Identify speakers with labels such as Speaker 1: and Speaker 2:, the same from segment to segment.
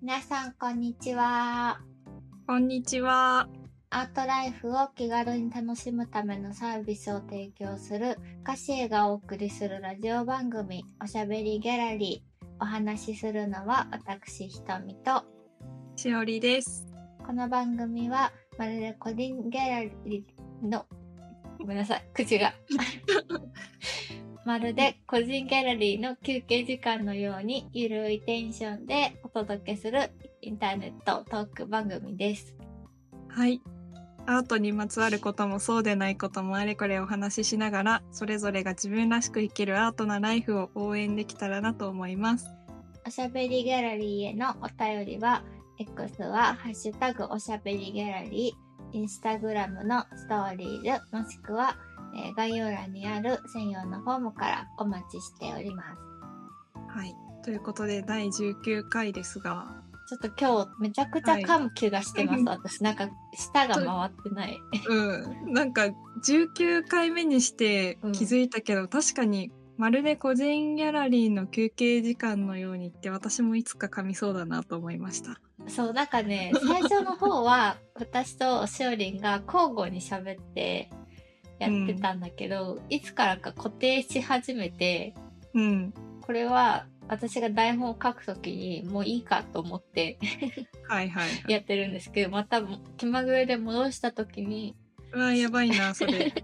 Speaker 1: 皆さんこんにちは
Speaker 2: こんにちは。
Speaker 1: アートライフを気軽に楽しむためのサービスを提供するカシエがお送りするラジオ番組おしゃべりギャラリーお話しするのは私ひとみと
Speaker 2: しおりです。
Speaker 1: この番組はまるで個人ギャラリーのごめんなさい口がまるで個人ギャラリーの休憩時間のようにゆるいテンションでお届けするインターネットトーク番組です
Speaker 2: はい。アートにまつわることもそうでないこともあれこれお話ししながら、それぞれが自分らしく生きるアートなライフを応援できたらなと思います。
Speaker 1: おしゃべりギャラリーへのお便りは X は「ハッシュタグおしゃべりギャラリー」インスタグラムのストーリーズもしくは、えー概要欄にある専用のフォームからお待ちしております
Speaker 2: はい。ということで、第19回ですが、
Speaker 1: ちょっと今日めちゃくちゃ噛む気がしてます、
Speaker 2: はい
Speaker 1: 私なんか舌が回ってない
Speaker 2: うん。なんか、19回目にして
Speaker 1: うん
Speaker 2: 気づいたけど、確かに、まるで個人ギャラリーの休憩時間のようにって、私もいつか噛みそうだなと思いました。
Speaker 1: そうなんかね最初の方は私としおりんが交互に喋ってやってたんだけど、いつからか固定し始めて
Speaker 2: うん。
Speaker 1: これは私が台本を書くときにもういいかと思って
Speaker 2: はいはい、はい。
Speaker 1: やってるんですけどまた気まぐれで戻したときに
Speaker 2: うわやばいな それ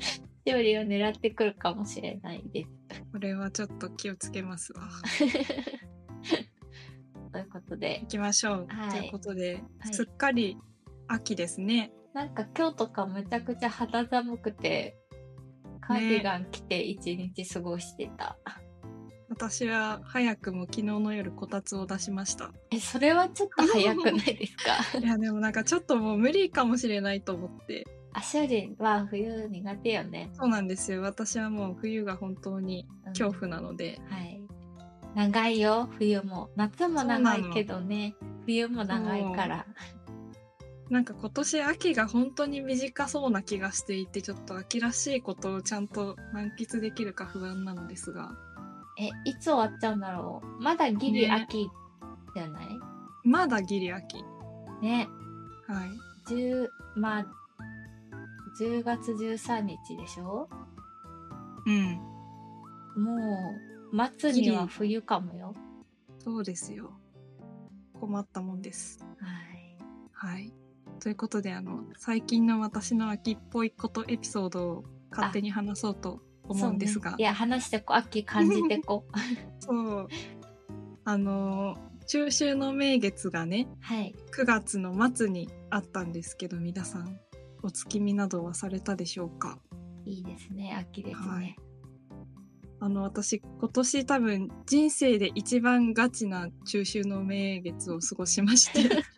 Speaker 1: しおりんを狙ってくるかもしれないです。
Speaker 2: これはちょっと気をつけますわ
Speaker 1: ということで
Speaker 2: 行きましょう、
Speaker 1: はい
Speaker 2: ということで、
Speaker 1: はい
Speaker 2: すっかり秋ですね
Speaker 1: なんか今日とかめちゃくちゃ肌寒くてカーディガン着て一日過ごしてた、
Speaker 2: 私は早くも昨日の夜こたつを出しました
Speaker 1: えそれはちょっと早くないです か
Speaker 2: いやでもなんかちょっともう無理かもしれないと思って
Speaker 1: アシュリンは冬苦手よね、
Speaker 2: そうなんですよ私はもう冬が本当に
Speaker 1: うん
Speaker 2: 恐怖なので、
Speaker 1: はい長いよ冬も夏も長いけどね冬も長いから
Speaker 2: なんか今年秋が本当に短そうな気がしていてちょっと秋らしいことをちゃんと満喫できるか不安なのですが
Speaker 1: えいつ終わっちゃうんだろうまだギリ
Speaker 2: ね
Speaker 1: 秋じゃない
Speaker 2: まだギリ秋
Speaker 1: ね
Speaker 2: はい
Speaker 1: 10まあ10月13日でしょ
Speaker 2: うん
Speaker 1: もう末には冬かもよ
Speaker 2: そうですよ。困ったもんです。
Speaker 1: はい
Speaker 2: はい。ということで、あの、最近の私の秋っぽいことエピソードを勝手に話そうと思うんですが
Speaker 1: そ、ねいや話してこう秋感じてこう
Speaker 2: そう。あの、中秋の名月がね、
Speaker 1: はい
Speaker 2: 9月の末にあったんですけど、皆さん、お月見などはされたでしょうか
Speaker 1: いいですね秋ですね、
Speaker 2: はいあの、私、今年多分、人生で一番ガチな中秋の名月を過ごしまして。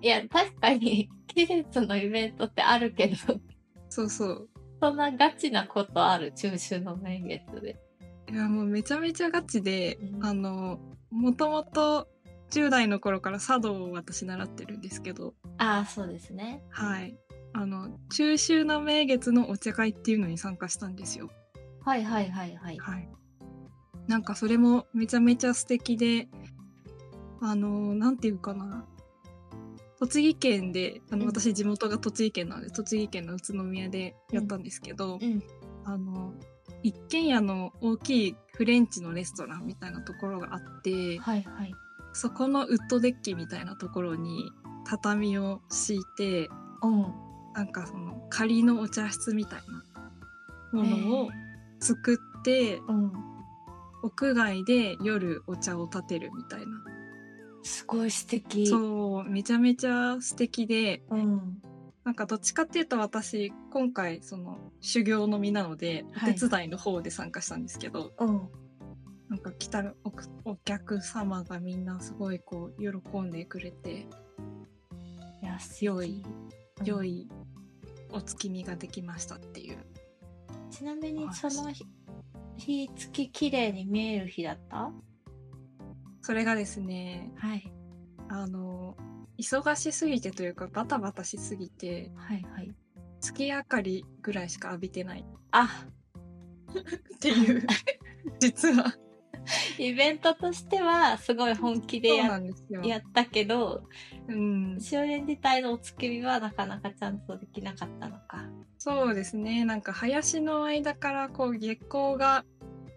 Speaker 1: いや確かに季節のイベントってあるけど
Speaker 2: そうそう。
Speaker 1: そんなガチなことある中秋の名月で
Speaker 2: いやもうめちゃめちゃガチで、
Speaker 1: うん
Speaker 2: あのもともと10代の頃から茶道を私習ってるんですけど
Speaker 1: ああそうですね
Speaker 2: はいあの中秋の名月のお茶会っていうのに参加したんですよ
Speaker 1: はいはいはいはい
Speaker 2: はいなんかそれもめちゃめちゃ素敵であのなんていうかな栃木県であ
Speaker 1: う
Speaker 2: の
Speaker 1: ん
Speaker 2: 私地元が栃木県なので、栃木県の宇都宮でやったんですけど、
Speaker 1: うん
Speaker 2: あの一軒家の大きいフレンチのレストランみたいなところがあって
Speaker 1: はいはい
Speaker 2: そこのウッドデッキみたいなところに畳を敷いて
Speaker 1: うん
Speaker 2: なんかその仮のお茶室みたいなものを作って
Speaker 1: えーうん
Speaker 2: 屋外で夜お茶を立てるみたいな
Speaker 1: すごい素敵
Speaker 2: そうめちゃめちゃ素敵で
Speaker 1: うん
Speaker 2: なんかどっちかっていうと私今回その修行の身なのでお
Speaker 1: はい
Speaker 2: 手伝いの方で参加したんですけど、
Speaker 1: うん
Speaker 2: なんか来たおくお客様がみんなすごいこう喜んでくれて
Speaker 1: いや素敵
Speaker 2: 良い
Speaker 1: うん
Speaker 2: 良いお月見ができましたっていう
Speaker 1: ちなみにその日日月綺麗に見える日だった
Speaker 2: それがですね
Speaker 1: はい
Speaker 2: あの忙しすぎてというかバタバタしすぎて
Speaker 1: はいはい
Speaker 2: 月明かりぐらいしか浴びてない
Speaker 1: あ
Speaker 2: っていう実は
Speaker 1: イベントとしてはすごい本気で
Speaker 2: そう
Speaker 1: や
Speaker 2: なんですよ。
Speaker 1: やったけど
Speaker 2: うん、
Speaker 1: 少年自体のお月見はなかなかちゃんとできなかったのか。
Speaker 2: そうですね。なんか林の間からこう月光が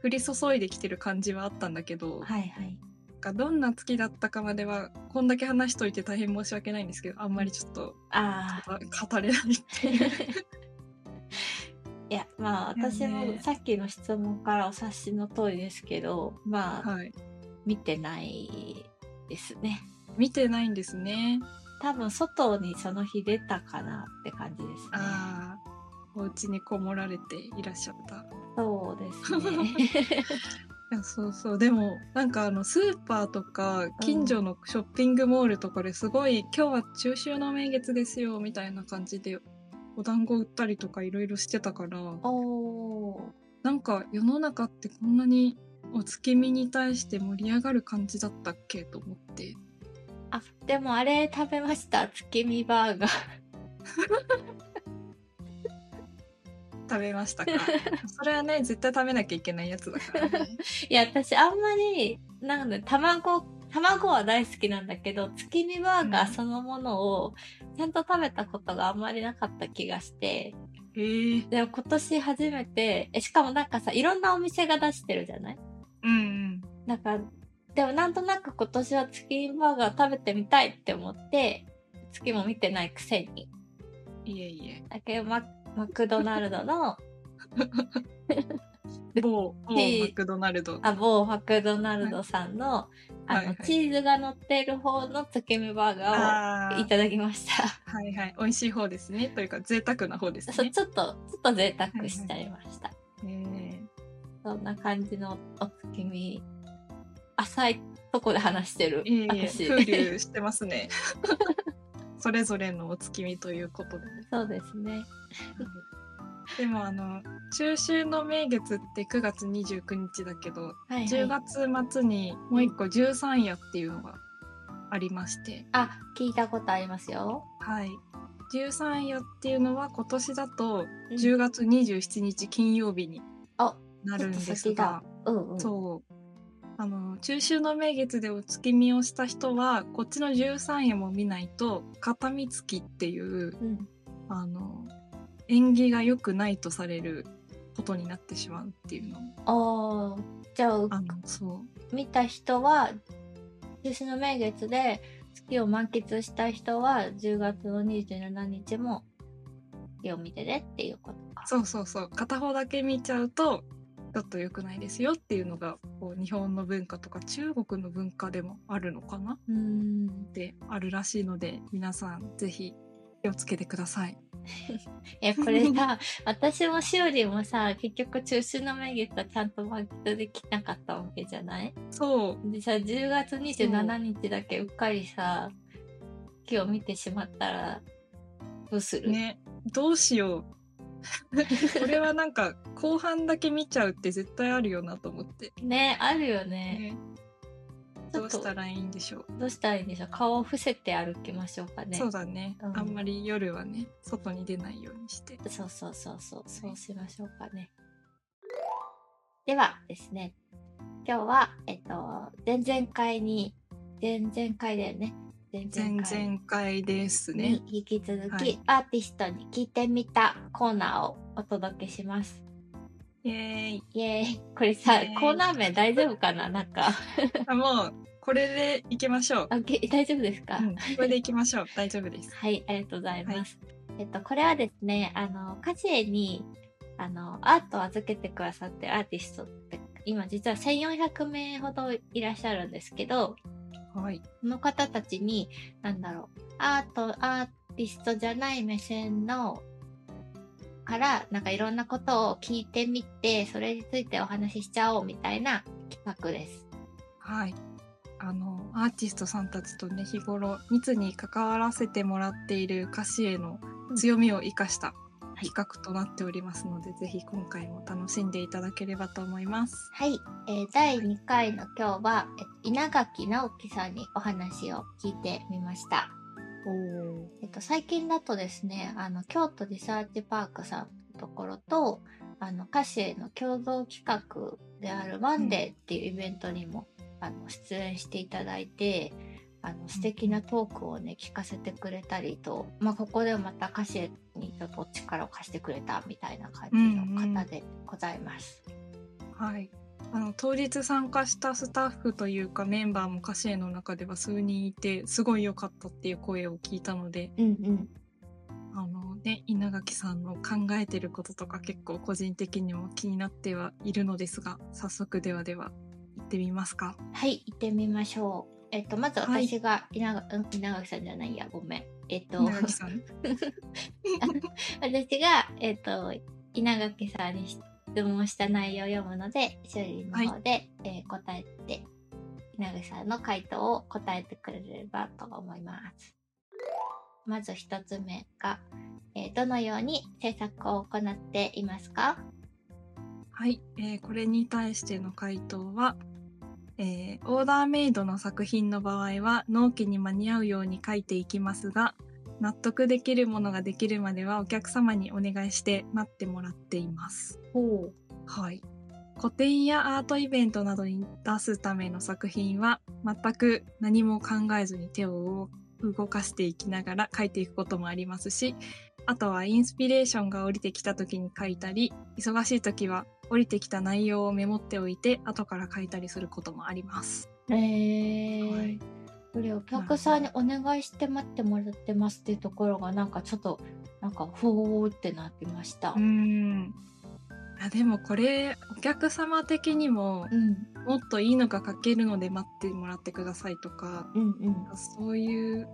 Speaker 2: 降り注いできてる感じはあったんだけど、
Speaker 1: はいはい。
Speaker 2: なんかどんな月だったかまではこんだけ話しといて大変申し訳ないんですけど、あんまりちょっと
Speaker 1: ああ。
Speaker 2: 語れないって いう。
Speaker 1: いやまあ
Speaker 2: いや
Speaker 1: 私も
Speaker 2: ね
Speaker 1: さっきの質問からお察しの通りですけどまあ、
Speaker 2: はい。
Speaker 1: 見てないですね
Speaker 2: 見てないんですね。
Speaker 1: 多分外にその日出たかなって感じですね
Speaker 2: ああ、お家にこもられていらっしゃった。
Speaker 1: そうです ね
Speaker 2: いやそうそうでもなんかあのスーパーとか近所のショッピングモールとかですごい、今日は中秋の名月ですよみたいな感じでお団子売ったりとかいろいろしてたから
Speaker 1: おー
Speaker 2: なんか世の中ってこんなにお月見に対して盛り上がる感じだったっけと思って
Speaker 1: あでもあれ食べました月見バーガー
Speaker 2: 食べ ましたかそれはね絶対食べなきゃいけないやつだから ね
Speaker 1: いや私あんまりなんだ卵卵は大好きなんだけど月見バーガ
Speaker 2: う
Speaker 1: ー
Speaker 2: ん
Speaker 1: そのものをちゃんと食べたことがあんまりなかった気がして、
Speaker 2: へえ
Speaker 1: でも今年初めてえしかもなんかさいろんなお店が出してるじゃない
Speaker 2: うん
Speaker 1: なんかでもなんとなく今年は月見バーガー食べてみたいって思って月も見てないくせに
Speaker 2: うんいえい
Speaker 1: だけどママクドナルドの
Speaker 2: え某某
Speaker 1: いい
Speaker 2: マクドナルド
Speaker 1: あ某マクドナルドさんの,、あの
Speaker 2: はいはい
Speaker 1: チーズが乗っている方の月見バーガ
Speaker 2: あ
Speaker 1: ーを
Speaker 2: ー
Speaker 1: いただきました
Speaker 2: はいはい、美味しい方ですね。というか贅沢な方です
Speaker 1: そう
Speaker 2: ね。
Speaker 1: ちょっとちょっと贅沢しちゃいました、
Speaker 2: え
Speaker 1: そんな感じのお月見浅いとこで話してる
Speaker 2: えいえいえ、
Speaker 1: 私
Speaker 2: 風流してますね。 それぞれのお月見ということで、ね。
Speaker 1: そうですね。
Speaker 2: でもあの中秋の名月って9月29日だけど、
Speaker 1: はい、はい。
Speaker 2: 10月末にもう一個十三夜っていうのがありまして、
Speaker 1: あ、聞いたことありますよ。
Speaker 2: はい。十三夜っていうのは今年だと
Speaker 1: うん
Speaker 2: 10月27日金曜日に
Speaker 1: あ
Speaker 2: なるん
Speaker 1: ち
Speaker 2: で
Speaker 1: ょっと
Speaker 2: す
Speaker 1: 先
Speaker 2: が
Speaker 1: だ、うんうん。
Speaker 2: そうあの中秋の名月でお月見をした人はこっちの13夜も見ないと片見月っていう
Speaker 1: うん。
Speaker 2: あの縁起が良くないとされることになってしまうっていうのを
Speaker 1: ああ、じゃあ
Speaker 2: あのそう
Speaker 1: 見た人は中秋の名月で月を満喫した人は10月の27日も月を見てねっていうことか。
Speaker 2: そうそうそう片方だけ見ちゃうとちょっと良くないですよっていうのがこう日本の文化とか中国の文化でもあるのかな
Speaker 1: うーん。
Speaker 2: ってあるらしいので皆さんぜひ気をつけてください。
Speaker 1: え、これさ、私もしおりもさ、結局中秋の名月はちゃんと満喫できなかったわけじゃない
Speaker 2: そう
Speaker 1: でさ10月27日だけうっかりさ今日見てしまったらどうする、
Speaker 2: ねどうしよう これはなんか後半だけ見ちゃうって絶対あるよなと思って、
Speaker 1: ねあるよね
Speaker 2: ね、
Speaker 1: ち
Speaker 2: ど
Speaker 1: ょ
Speaker 2: う
Speaker 1: っと
Speaker 2: したらいいんでしょう、
Speaker 1: どうしたらいいんでしょう顔を伏せて歩きましょうかね
Speaker 2: そうだね、
Speaker 1: うん
Speaker 2: あんまり夜はね外に出ないようにして
Speaker 1: そうそうそうそうそうしましょうかねではですね今日はえっと前々回に前々回だよね前
Speaker 2: 前
Speaker 1: 々回
Speaker 2: 々回ですね
Speaker 1: に、引き続き、
Speaker 2: はい
Speaker 1: アーティストに聞いてみたコーナーをお届けします
Speaker 2: イエーイ
Speaker 1: イエーイこれさ
Speaker 2: イエーイ
Speaker 1: コーナー名大丈夫かななんか
Speaker 2: あもうこれでいきましょう、
Speaker 1: あけ大丈夫ですか、
Speaker 2: うん、これでいきましょう大丈夫です
Speaker 1: はいありがとうございます、えっとこれはですねあのカジエにあのアートを預けてくださってるアーティストって今実は1400名ほどいらっしゃるんですけど
Speaker 2: はい
Speaker 1: その方たちに何だろうアートアーティストじゃない目線のからなんかいろんなことを聞いてみてそれについてお話ししちゃおうみたいな企画です。
Speaker 2: はいあのアーティストさんたちとね日頃密に関わらせてもらっている歌詞への強みを生かした
Speaker 1: い
Speaker 2: 企画となっておりますので、ぜひ今回も楽しんでいただければと思います。
Speaker 1: はい、えー第2回の今日はえっと稲垣直樹さんにお話を聞いてみました。えっと、最近だとですねあの京都リサーチパークさんのところとあの歌手への共同企画であるワンデーっていうイベントにも、あの出演していただいてあの素敵なトークをね聞かせてくれたりと、まあ、ここでまた歌詞にちょっと力を貸してくれたみたいな感じの方でございます。
Speaker 2: はい。あの当日参加したスタッフというかメンバーも歌詞の中では数人いてすごい良かったっていう声を聞いたので
Speaker 1: うん、うん
Speaker 2: あのね稲垣さんの考えてることとか結構個人的にも気になってはいるのですが早速ではでは行ってみますか
Speaker 1: はい、行ってみましょう。えっと、まず
Speaker 2: はい
Speaker 1: 私が稲,、うん稲垣さんじゃないや、ごめん。えっと、
Speaker 2: 稲垣さん
Speaker 1: 私が、えっと、稲垣さんに質問した内容を読むので、修理の方で、えー答えて、稲垣さんの回答を答えてくれればと思います。まず一つ目が、えーどのように制作を行っていますか
Speaker 2: はい、えーこれに対しての回答は、えーオーダーメイドの作品の場合は納期に間に合うように書いていきますが納得できるものができるまではお客様にお願いして待ってもらっています。
Speaker 1: ほう。
Speaker 2: はい。個展やアートイベントなどに出すための作品は全く何も考えずに手を動かしていきながら書いていくこともありますしあとはインスピレーションが降りてきた時に書いたり忙しい時は降りてきた内容をメモっておいて後から書いたりすることもあります。
Speaker 1: えー。
Speaker 2: はい
Speaker 1: これお客さんにお願いして待ってもらってますっていうところがなんかちょっとなんかほーってなってました。
Speaker 2: うーんあでもこれお客様的にも
Speaker 1: うん
Speaker 2: もっといいのが書けるので待ってもらってくださいとか
Speaker 1: うんうん。
Speaker 2: そういう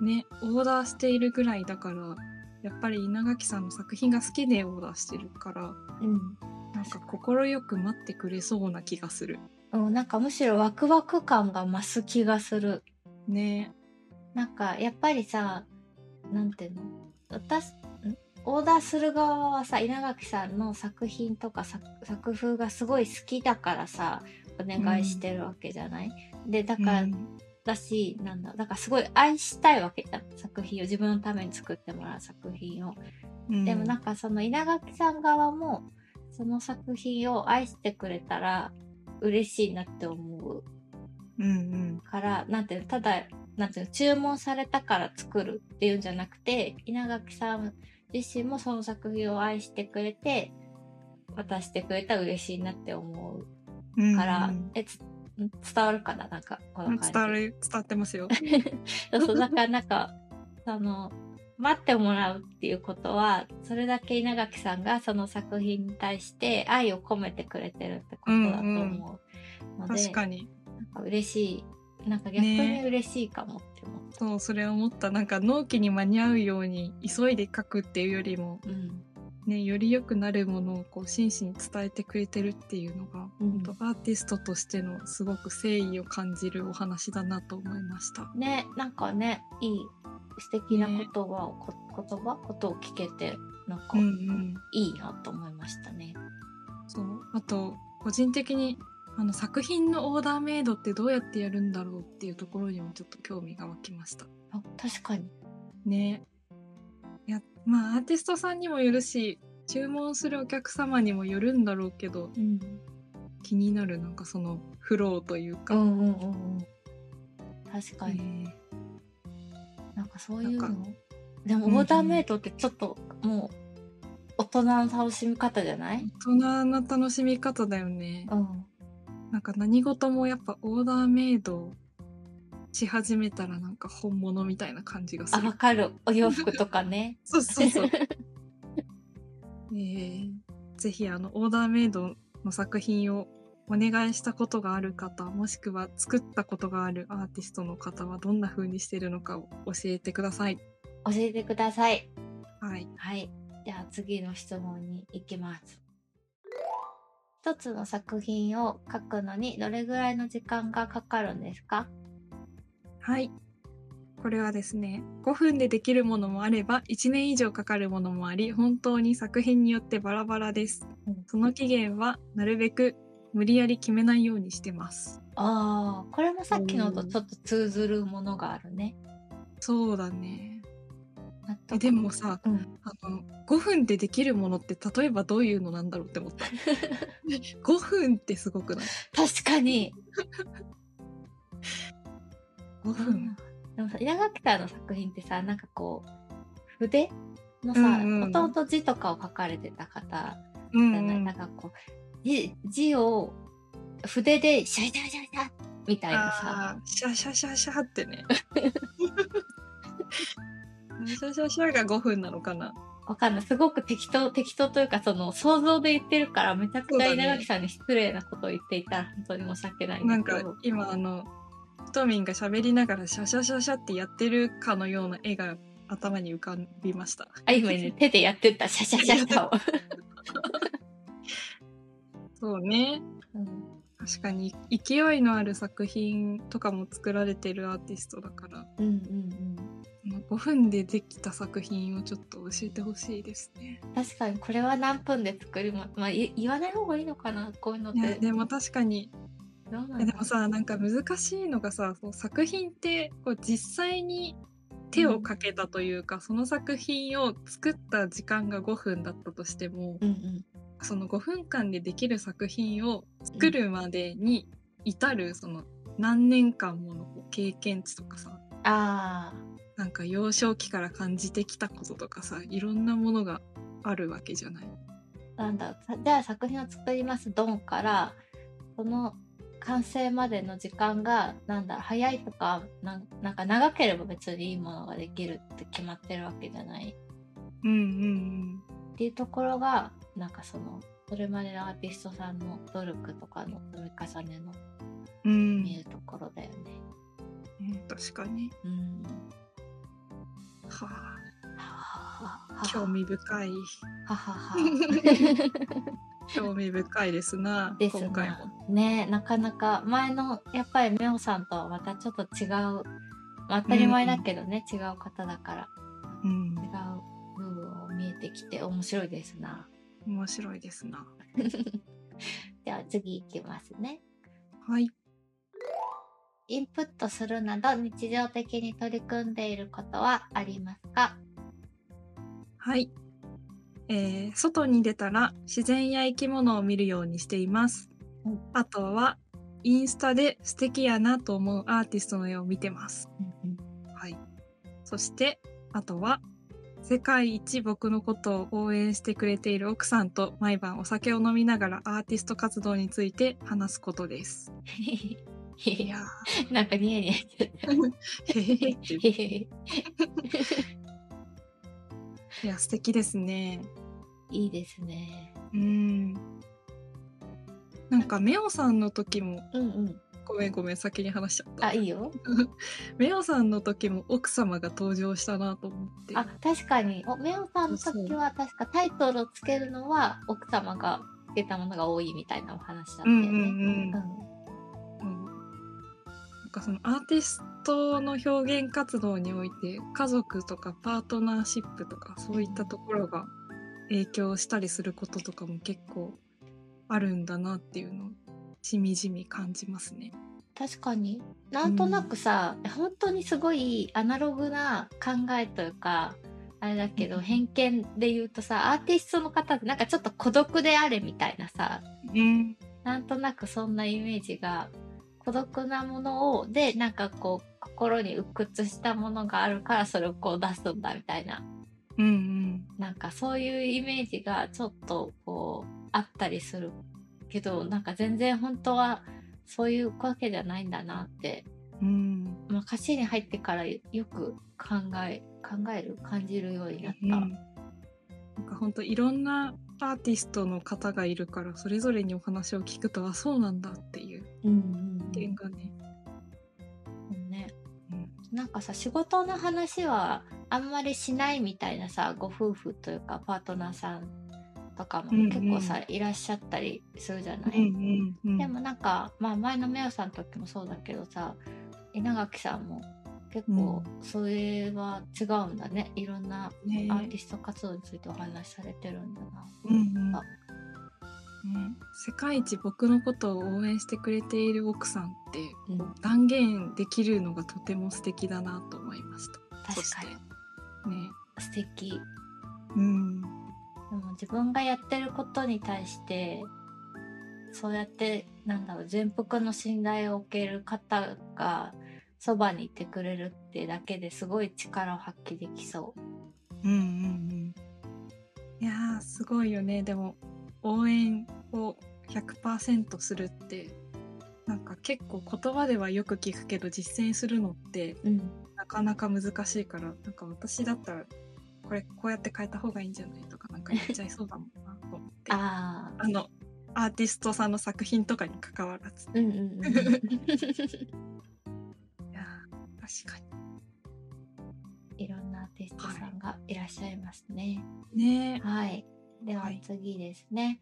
Speaker 2: ねオーダーしているぐらいだからやっぱり稲垣さんの作品が好きでオーダーしてるから
Speaker 1: うん
Speaker 2: なんか快く待ってくれそうな気がする
Speaker 1: うん、なんかむしろワクワク感が増す気がする。
Speaker 2: ね
Speaker 1: なんかやっぱりさ、なんていうの私、んオーダーする側はさ、稲垣さんの作品とか作作風がすごい好きだからさ、お願いしてるわけじゃない、で、だから、
Speaker 2: うん
Speaker 1: だし、なんだ、だからすごい愛したいわけじゃん。作品を、自分のために作ってもらう作品を。
Speaker 2: うん
Speaker 1: でもなんかその稲垣さん側も、その作品を愛してくれたら嬉しいなって思う
Speaker 2: うんうん
Speaker 1: から、なんていうのただ、なんていうの注文されたから作るっていうんじゃなくて、稲垣さん自身もその作品を愛してくれて、渡してくれたら嬉しいなって思
Speaker 2: うんう
Speaker 1: うんから、
Speaker 2: うん
Speaker 1: えつ伝わるかななんか、この感じ。
Speaker 2: 伝わる伝わってま すよ
Speaker 1: そうそうだからなんかその待ってもらうっていうことはそれだけ稲垣さんがその作品に対して愛を込めてくれてるってことだと思うので、
Speaker 2: 確かに
Speaker 1: なんか嬉しいなんか逆に
Speaker 2: ね
Speaker 1: 嬉しいかもって思っ
Speaker 2: そうそれを思ったなんか納期に間に合うように急いで書くっていうよりも
Speaker 1: た、うん
Speaker 2: ねより良くなるものをこう真摯に伝えてくれてるっていうのが
Speaker 1: うん
Speaker 2: アーティストとしてのすごく誠意を感じるお話だなと思いました。
Speaker 1: ねなんかねいい素敵な言葉を、こ言葉ことを聞けてなんか、
Speaker 2: うんうん、
Speaker 1: いいなと思いましたね。
Speaker 2: そうあと個人的にあの作品のオーダーメイドってどうやってやるんだろうっていうところにもちょっと興味が湧きました。
Speaker 1: あ確かに
Speaker 2: ね。いやまあアーティストさんにもよるし注文するお客様にもよるんだろうけど
Speaker 1: うん
Speaker 2: 気になるなんかそのフローという
Speaker 1: う
Speaker 2: か。
Speaker 1: んうんうんうん確かに、
Speaker 2: ね
Speaker 1: なんかそういう
Speaker 2: なん
Speaker 1: の
Speaker 2: か
Speaker 1: でも
Speaker 2: うんうん
Speaker 1: オーダーメイドってちょっともう大人の楽しみ方じゃない
Speaker 2: 大人な楽しみ方だよね。
Speaker 1: うん
Speaker 2: なんか何事もやっぱオーダーメイドし始めたらなんか本物みたいな感じがす
Speaker 1: あ
Speaker 2: る
Speaker 1: わ。かるお洋服とか ね
Speaker 2: そうそうそう。えーぜひあのオーダーメイドの作品をお願いしたことがある方もしくは作ったことがあるアーティストの方はどんな風にしてるのかを教えてください。
Speaker 1: 教えてください
Speaker 2: はい。
Speaker 1: はいでは次の質問に行きます一つの作品を書くのにどれぐらいの時間がかかるんですか
Speaker 2: はい。これはですね、5分でできるものもあれば、1年以上かかるものもあり、本当に作品によってバラバラです
Speaker 1: うん。
Speaker 2: その期限は、なるべく無理やり決めないようにしてます。
Speaker 1: あーこれもさっきのとちょっと通ずるものがあるね
Speaker 2: そうだね。
Speaker 1: 納
Speaker 2: え
Speaker 1: 得
Speaker 2: でもさ、
Speaker 1: うん
Speaker 2: あの5分でできるものって例えばどういうのなんだろうっ て思った5分ってすごくない
Speaker 1: 確かに、
Speaker 2: 5分、
Speaker 1: でもさ稲垣さんの作品ってさなんかこう筆のさ、
Speaker 2: うんうん
Speaker 1: 音と字とかを書かれてた方じ
Speaker 2: う
Speaker 1: ゃない、なんかこう字字を筆でシャイシャイシャイシャイみたいなさ
Speaker 2: あーシャシャシャシャっ てねシャシャシャが5分なのかな
Speaker 1: わかんないすごく適当適当というかその想像で言ってるからめちゃく
Speaker 2: そ
Speaker 1: ち
Speaker 2: うだ
Speaker 1: ゃ
Speaker 2: ね
Speaker 1: 稲垣さんに失礼なことを言っていたら本当に申し訳ないん
Speaker 2: な
Speaker 1: だ
Speaker 2: ん
Speaker 1: けど
Speaker 2: か今あのひとみんが喋りながらシャシャシャシャってやってるかのような絵が頭に浮かびました
Speaker 1: あ今ね手でやってたシャシャシャシャを、
Speaker 2: そうね
Speaker 1: うん
Speaker 2: 確かに勢いのある作品とかも作られてるアーティストだから
Speaker 1: うんうん
Speaker 2: まあ5分でできた作品をちょっと教えてほしいですね
Speaker 1: うん、確かにこれは何分で作りま、まあ、い言わない方がいいのかなこういうのっ
Speaker 2: いや
Speaker 1: て。
Speaker 2: でも確かに
Speaker 1: どうなんだろ
Speaker 2: え
Speaker 1: う
Speaker 2: でもさなんか難しいのがさそう作品ってこう実際に手をかけたというか、その作品を作った時間が5分だったとしても、
Speaker 1: うんうん、
Speaker 2: その5分間でできる作品を作るまでに至るその何年間ものこう経験値とかさ
Speaker 1: あ
Speaker 2: なんか幼少期から感じてきたこととかさいろんなものがあるわけじゃない。
Speaker 1: あなんださじゃあ作品を作りますドンからその完成までの時間がなんだ早いとかなんなんか長ければ別にいいものができるって決まってるわけじゃない
Speaker 2: うんうん
Speaker 1: っていうところがなんかそのそれまでのアーティストさんの努力とかの積み重ねの
Speaker 2: うんうん
Speaker 1: 見えるところだよね。
Speaker 2: うん確かに。
Speaker 1: うん
Speaker 2: はあ
Speaker 1: はあ
Speaker 2: 興味 深い
Speaker 1: はは は
Speaker 2: 興味深いですな
Speaker 1: ですな
Speaker 2: 今回も。
Speaker 1: ねなかなか前のやっぱりメオさんとはまたちょっと違う、まあ当たり前だけどね、違う方だから
Speaker 2: う
Speaker 1: 違
Speaker 2: ん
Speaker 1: う部分を見えてきて面白いですな
Speaker 2: 面白いですな。
Speaker 1: では次いきますね
Speaker 2: はい。
Speaker 1: インプットするなど日常的に取り組んでいることはありますか
Speaker 2: はい。えー外に出たら自然や生き物を見るようにしています
Speaker 1: うん。
Speaker 2: あとはインスタで素敵やなと思うアーティストの絵を見てます。 はい。そしてあとは世界一僕のことを応援してくれている奥さんと毎晩お酒を飲みながらアーティスト活動について話すことです。いや
Speaker 1: なんかニヤニヤしてる
Speaker 2: ーへへへっていういや素敵ですね。
Speaker 1: いいですね
Speaker 2: うん。なんかメオさんの時も
Speaker 1: うんうん
Speaker 2: ごめんごめん先に話しちゃった
Speaker 1: あいいよ
Speaker 2: メオさんの時も奥様が登場したなと思って
Speaker 1: あ確かにおメオさんの
Speaker 2: そうそう
Speaker 1: 時は確かタイトルをつけるのは奥様がつけたものが多いみたいなお話だった
Speaker 2: う
Speaker 1: よ
Speaker 2: ん
Speaker 1: ね。
Speaker 2: うんうん、
Speaker 1: うん
Speaker 2: うんなんかそのアーティストの表現活動において家族とかパートナーシップとかそういったところが影響したりすることとかも結構あるんだなっていうのをしみじみ感じますね。
Speaker 1: 確かになんとなくさ、本当にすごいアナログな考えというかあれだけど、
Speaker 2: うん
Speaker 1: 偏見で言うとさアーティストの方ってなんかちょっと孤独であれみたいなさ
Speaker 2: うん、
Speaker 1: なんとなくそんなイメージが孤独なものをでなんかこう心に鬱屈したものがあるからそれをこう出すんだみたいな
Speaker 2: うん、うん
Speaker 1: なんかそういうイメージがちょっとこうあったりするけどなんか全然本当はそういうわけじゃないんだなって、
Speaker 2: うん
Speaker 1: まあ、歌詞に入ってからよく考え考える感じるようになっ
Speaker 2: うん
Speaker 1: た、
Speaker 2: なんか本当いろんなアーティストの方がいるからそれぞれにお話を聞くとあそうなんだっていう
Speaker 1: うんうん
Speaker 2: 点がね、
Speaker 1: うんね
Speaker 2: うん
Speaker 1: なんかさ仕事の話はあんまりしないみたいなさご夫婦というかパートナーさんとかも
Speaker 2: うんうん
Speaker 1: 結構さ、いらっしゃったりするじゃない、
Speaker 2: うんうんうん、
Speaker 1: でもなんか、まあ、前のメオさんの時もそうだけどさ稲垣さんも結構それは違うんだね、いろんな
Speaker 2: ね
Speaker 1: アーティスト活動についてお話しされてるんだな。
Speaker 2: うんうん
Speaker 1: あ
Speaker 2: ね世界一僕のことを応援してくれている奥さんって
Speaker 1: うん
Speaker 2: こう断言できるのがとても素敵だなと思いました。
Speaker 1: 確かに
Speaker 2: にね
Speaker 1: 素敵
Speaker 2: うん
Speaker 1: でも自分がやってることに対してそうやってなんだろう全幅の信頼を受ける方がそばにいてくれるってだけですごい力を発揮できそう。
Speaker 2: うんうんうんいやーすごいよねでも応援を100%するってなんか結構言葉ではよく聞くけど実践するのって
Speaker 1: うん、
Speaker 2: なかなか難しいからなんか私だったらこれこうやって変えた方がいいんじゃないとかなんか言っちゃいそうだもんなと思ってあ
Speaker 1: ああ、
Speaker 2: のアーティストさんの作品とかに関わらず
Speaker 1: うんうんうんうん。
Speaker 2: いやー確か
Speaker 1: いろんなアーティストさんがいらっしゃいますね。
Speaker 2: にね
Speaker 1: はい。では
Speaker 2: はい
Speaker 1: 次ですね。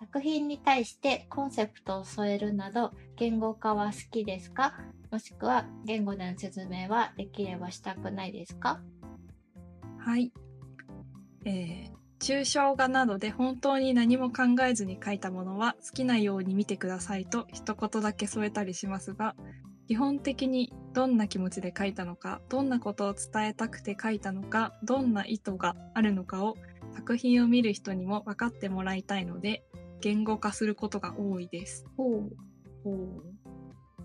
Speaker 1: 作品に対してコンセプトを添えるなど言語化は好きですかもしくは言語での説明はできればしたくないですか
Speaker 2: はいえー抽象画などで本当に何も考えずに描いたものは好きなように見てくださいと一言だけ添えたりしますが基本的にどんな気持ちで書いたのかどんなことを伝えたくて書いたのかどんな意図があるのかを作品を見る人にも分かってもらいたいので言語化することが多いです。
Speaker 1: ほう。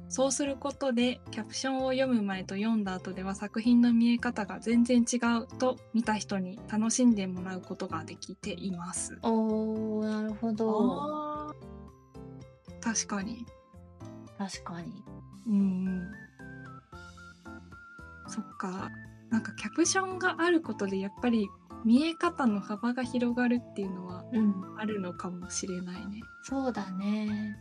Speaker 2: そうすることでキャプションを読む前と読んだ後では作品の見え方が全然違うと見た人に楽しんでもらうことができています。
Speaker 1: おー、なるほど。
Speaker 2: 確かに。
Speaker 1: 確かに。
Speaker 2: うんうん。そっか。なんかキャプションがあることでやっぱり見え方の幅が広がるっていうのは
Speaker 1: うん。
Speaker 2: あるのかもしれないね。
Speaker 1: そうだね。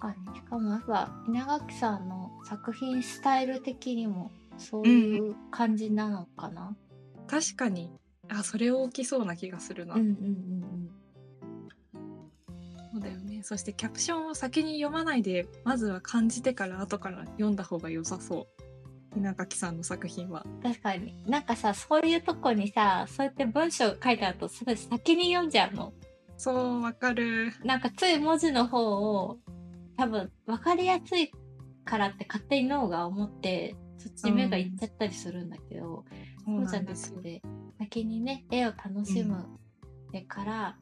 Speaker 1: 確かに。しかもやっぱ稲垣さんの作品スタイル的にもそういう感じなのかな。
Speaker 2: うん、確かに。あ、それ大きそうな気がするな。
Speaker 1: うんうんうん
Speaker 2: そうだよね。そしてキャプションを先に読まないで、まずは感じてから後から読んだ方が良さそう。稲垣さんの作品は。
Speaker 1: うん。確かに。なんかさ、そういうとこにさ、そうやって文章書いてあると、それ先に読んじゃうの。
Speaker 2: そう、わかる。
Speaker 1: なんかつい文字の方を、多分分かりやすいからって勝手に脳が思って、そっち目がいっちゃったりするんだけど、
Speaker 2: そ
Speaker 1: そうじゃなくて先にね絵を楽しむでから、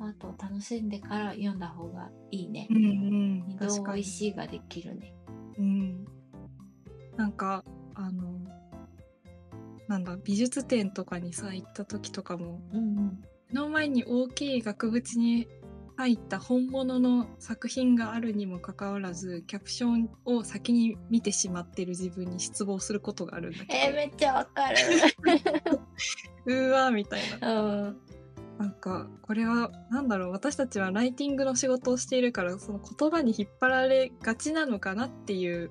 Speaker 1: あと楽しんでから読んだ方がいいね。
Speaker 2: うんうん。
Speaker 1: 二
Speaker 2: 確
Speaker 1: 度
Speaker 2: か
Speaker 1: 美味
Speaker 2: に。
Speaker 1: しいができるね。
Speaker 2: うん。なんか、あの、なんだ、美術展とかにさ、行った時とかも、
Speaker 1: うん
Speaker 2: 目の前に大きい額縁に入った本物の作品があるにもかかわらず、キャプションを先に見てしまってる自分に失望することがあるんだけど。
Speaker 1: えーめっちゃわか る。
Speaker 2: うーわーみたいな。
Speaker 1: うん
Speaker 2: なんか、これは、なんだろう、私たちはライティングの仕事をしているから、その言葉に引っ張られがちなのかなっていう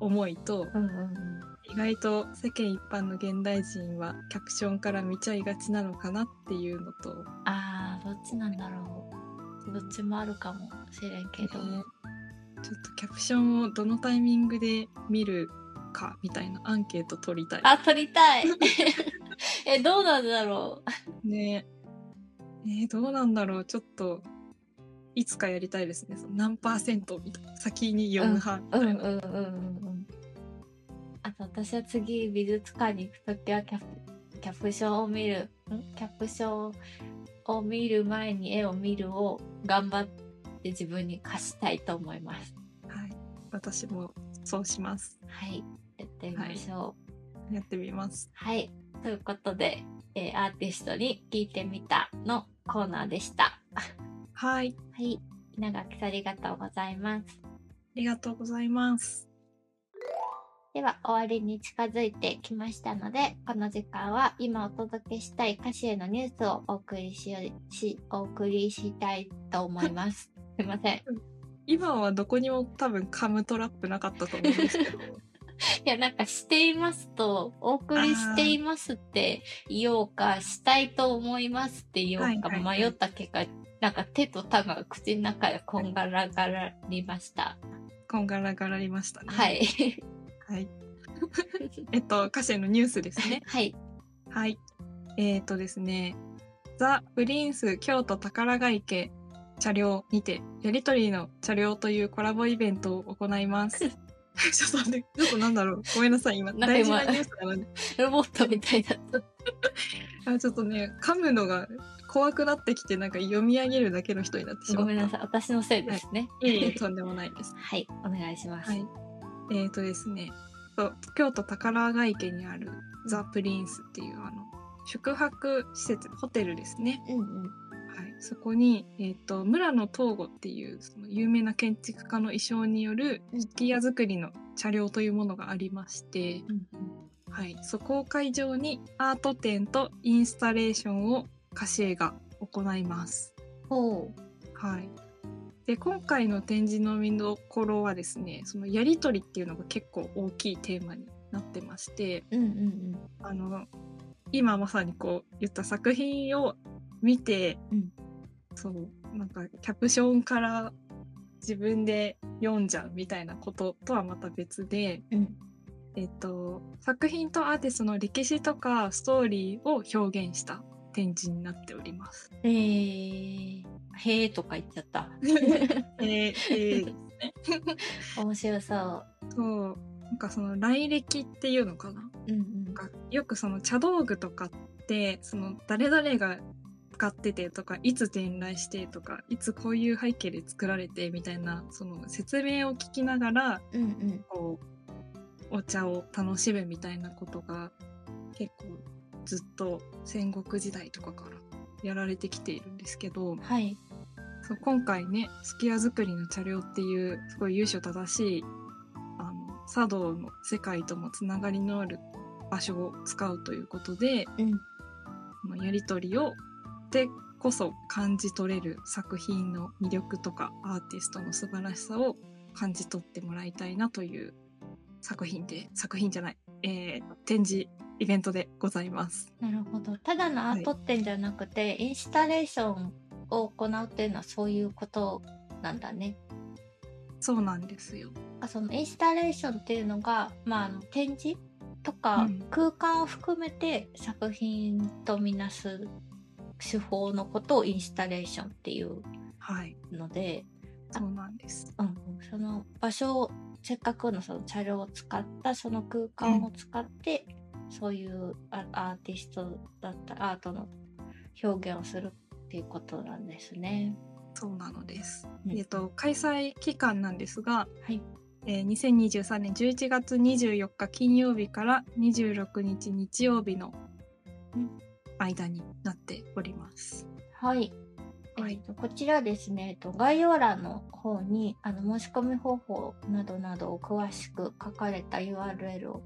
Speaker 2: 思いと、
Speaker 1: うんうん
Speaker 2: 意外と世間一般の現代人はキャプションから見ちゃいがちなのかなっていうのと、
Speaker 1: あーどっちなんだろう。どっちもあるかもしれんけど。
Speaker 2: ねちょっとキャプションをどのタイミングで見るかみたいなアンケート取りたい。
Speaker 1: あ撮りたい。 えどうなんだろう。
Speaker 2: ねえーどうなんだろうちょっといつかやりたいですねその何パーセントみたいな先に読む派みた
Speaker 1: う
Speaker 2: い
Speaker 1: ん
Speaker 2: な、
Speaker 1: うんうんうんうん。あと私は次美術館に行くときはキャプキャプションを見るんキャプションを見る前に絵を見るを頑張って自分に課したいと思います。
Speaker 2: はい、私もそうします
Speaker 1: はい、やってみましょう。
Speaker 2: やってみます
Speaker 1: はい、ということで、えーアーティストに聞いてみたのコーナーでした。
Speaker 2: はい
Speaker 1: はい、稲垣さんありがとうございます。
Speaker 2: ありがとうございます
Speaker 1: では終わりに近づいてきましたのでこの時間は今お届けしたい歌詞へのニュースをお送りしよしお送りしたいと思います すいませんい
Speaker 2: 今はどこにも多分カムトラップなかったと思うんで すけど
Speaker 1: やなんかしていますとお送りしていますって言おうかしたいと思いますって言おうか
Speaker 2: はいはいはい
Speaker 1: 迷った結果、なんか手と手が口の中でこんがらがらりました
Speaker 2: こんがらがらりましたね
Speaker 1: はい
Speaker 2: はい、えっと歌詞のニュースです ね
Speaker 1: はい
Speaker 2: はい。えっ、ー、とですね、ザ・プリンス京都宝ヶ池 車両にて、やりとりの車両というコラボイベントを行います。ちょっと待って、ちょっとなんだろう。ごめんなさい、今。
Speaker 1: なんか
Speaker 2: 大事
Speaker 1: 今
Speaker 2: なニュースだな、ね。
Speaker 1: ロボットみたいだった。
Speaker 2: あ、ちょっとね、噛むのが怖くなってきて、なんか読み上げるだけの人になってしまった。。
Speaker 1: ごめんないさい。私のせいですね。
Speaker 2: ええとんでもないです。
Speaker 1: はい、お願いします。
Speaker 2: はい。えっ、とですね、そう京都宝ヶ池にあるザ・プリンスっていう、あの、宿泊施設、ホテルですね。
Speaker 1: うんうん。
Speaker 2: はい、そこに、えー、と村野東吾っていうその有名な建築家の衣装による
Speaker 1: うん
Speaker 2: スキーヤ作りの車両というものがありまして、
Speaker 1: うん
Speaker 2: はい、そこを会場にアート展とインスタレーションをカシエが行います。
Speaker 1: ほ
Speaker 2: はい、で今回の展示の見どころはですねそのやり取りっていうのが結構大きいテーマになってまして、
Speaker 1: う。うんうん
Speaker 2: あの今まさにこう言った作品を見て、
Speaker 1: うん
Speaker 2: そうなんかキャプションから自分で読んじゃうみたいなこととはまた別で、
Speaker 1: うん。うん。
Speaker 2: えっと、作品とアーティストの歴史とかストーリーを表現した展示になっております。
Speaker 1: えー、へーとか言っちゃ った。
Speaker 2: えーえー
Speaker 1: 面白そう。
Speaker 2: そうなんかその来歴っていうのかな
Speaker 1: うんうん。
Speaker 2: なんかよくその茶道具とかってその誰々が使っててとかいつ伝来してとかいつこういう背景で作られてみたいなその説明を聞きながら
Speaker 1: うんうん。
Speaker 2: こうお茶を楽しむみたいなことが結構ずっと戦国時代とかからやられてきているんですけど
Speaker 1: はい。
Speaker 2: そう今回ねすき家作りの茶寮っていうすごい由緒正しいあの茶道の世界ともつながりのある場所を使うということで
Speaker 1: うん。
Speaker 2: まあやり取りをでこそ感じ取れる作品の魅力とかアーティストの素晴らしさを感じ取ってもらいたいなという作品で作品じゃない、えー展示イベントでございます。
Speaker 1: なるほど。ただのアート展じゃなくて、インスタレーションを行うっていうのはそういうことなんだね。
Speaker 2: そうなんですよ。
Speaker 1: あそのインスタレーションっていうのが、まあ、あの展示とか
Speaker 2: うん
Speaker 1: 空間を含めて作品とみなす手法のことをインスタレーションっていう
Speaker 2: はい、
Speaker 1: ので、
Speaker 2: そうなんです。
Speaker 1: うんうん、その場所をせっかくのその車両を使ったその空間を使って、そういうアアーティストだったアートの表現をするっていうことなんですね。
Speaker 2: そうなのです。
Speaker 1: うん
Speaker 2: えっと開催期間なんですが、
Speaker 1: はい
Speaker 2: えー2023年11月24日金曜日から26日日曜日の
Speaker 1: うん
Speaker 2: 間になっております。
Speaker 1: はい。
Speaker 2: は
Speaker 1: え
Speaker 2: い
Speaker 1: っとこちらですね、えっと、概要欄の方にあの申し込み方法などなどを詳しく書かれた URL を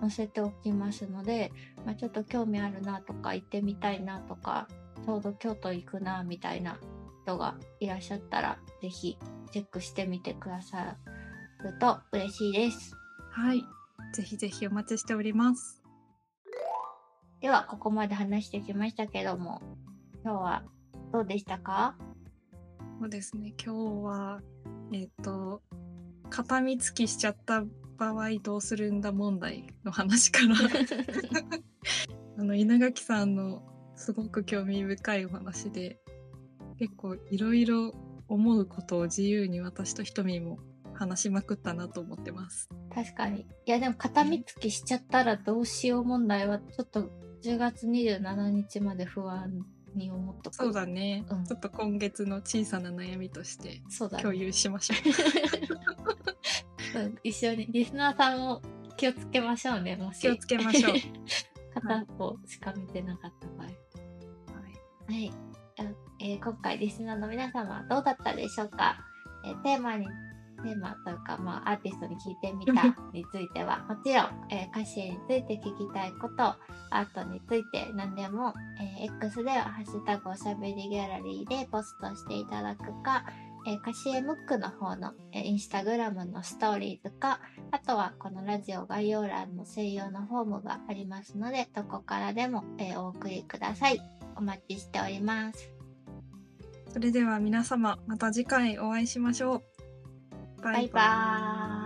Speaker 1: 載せておきますので、まあ、ちょっと興味あるなとか行ってみたいなとかちょうど京都行くなみたいな人がいらっしゃったらぜひチェックしてみてくださると嬉しいです。
Speaker 2: はい、ぜひぜひお待ちしております。
Speaker 1: ではここまで話してきましたけども今日はどうでしたか
Speaker 2: そうですね。今日はえっ、と片見つきしちゃった場合どうするんだ問題の話からあの稲垣さんのすごく興味深いお話で結構いろいろ思うことを自由に私とひとみも話しまくったなと思ってます。
Speaker 1: 確かに。いや、でも、片見つきしちゃったらどうしよう問題は、ちょっと10月27日まで不安に思っとく。
Speaker 2: そうだね、
Speaker 1: うん
Speaker 2: ちょっと今月の小さな悩みとして
Speaker 1: そうだね。
Speaker 2: 共有しましょ
Speaker 1: うん一緒に、リスナーさんも気をつけましょうね、もし。
Speaker 2: 気をつけましょう。
Speaker 1: 片方しか見てなかった場合。
Speaker 2: う。はい
Speaker 1: はい。あえー今回リスナーの皆様はどうだったでしょうか、えーテーマにテーマというか、まあ、アーティストに聞いてみたについてはもちろん、えー歌詞について聞きたいことアートについて何でも、えー X では「ハッシュタグおしゃべりギャラリー」でポストしていただくか、えー、カシエムックの方の、えーインスタグラムのストーリーズかあとはこのラジオ概要欄の専用のフォームがありますのでどこからでも、えーお送りくださいお待ちしております。
Speaker 2: それでは皆様また次回お会いしましょう。
Speaker 1: バイバーイ。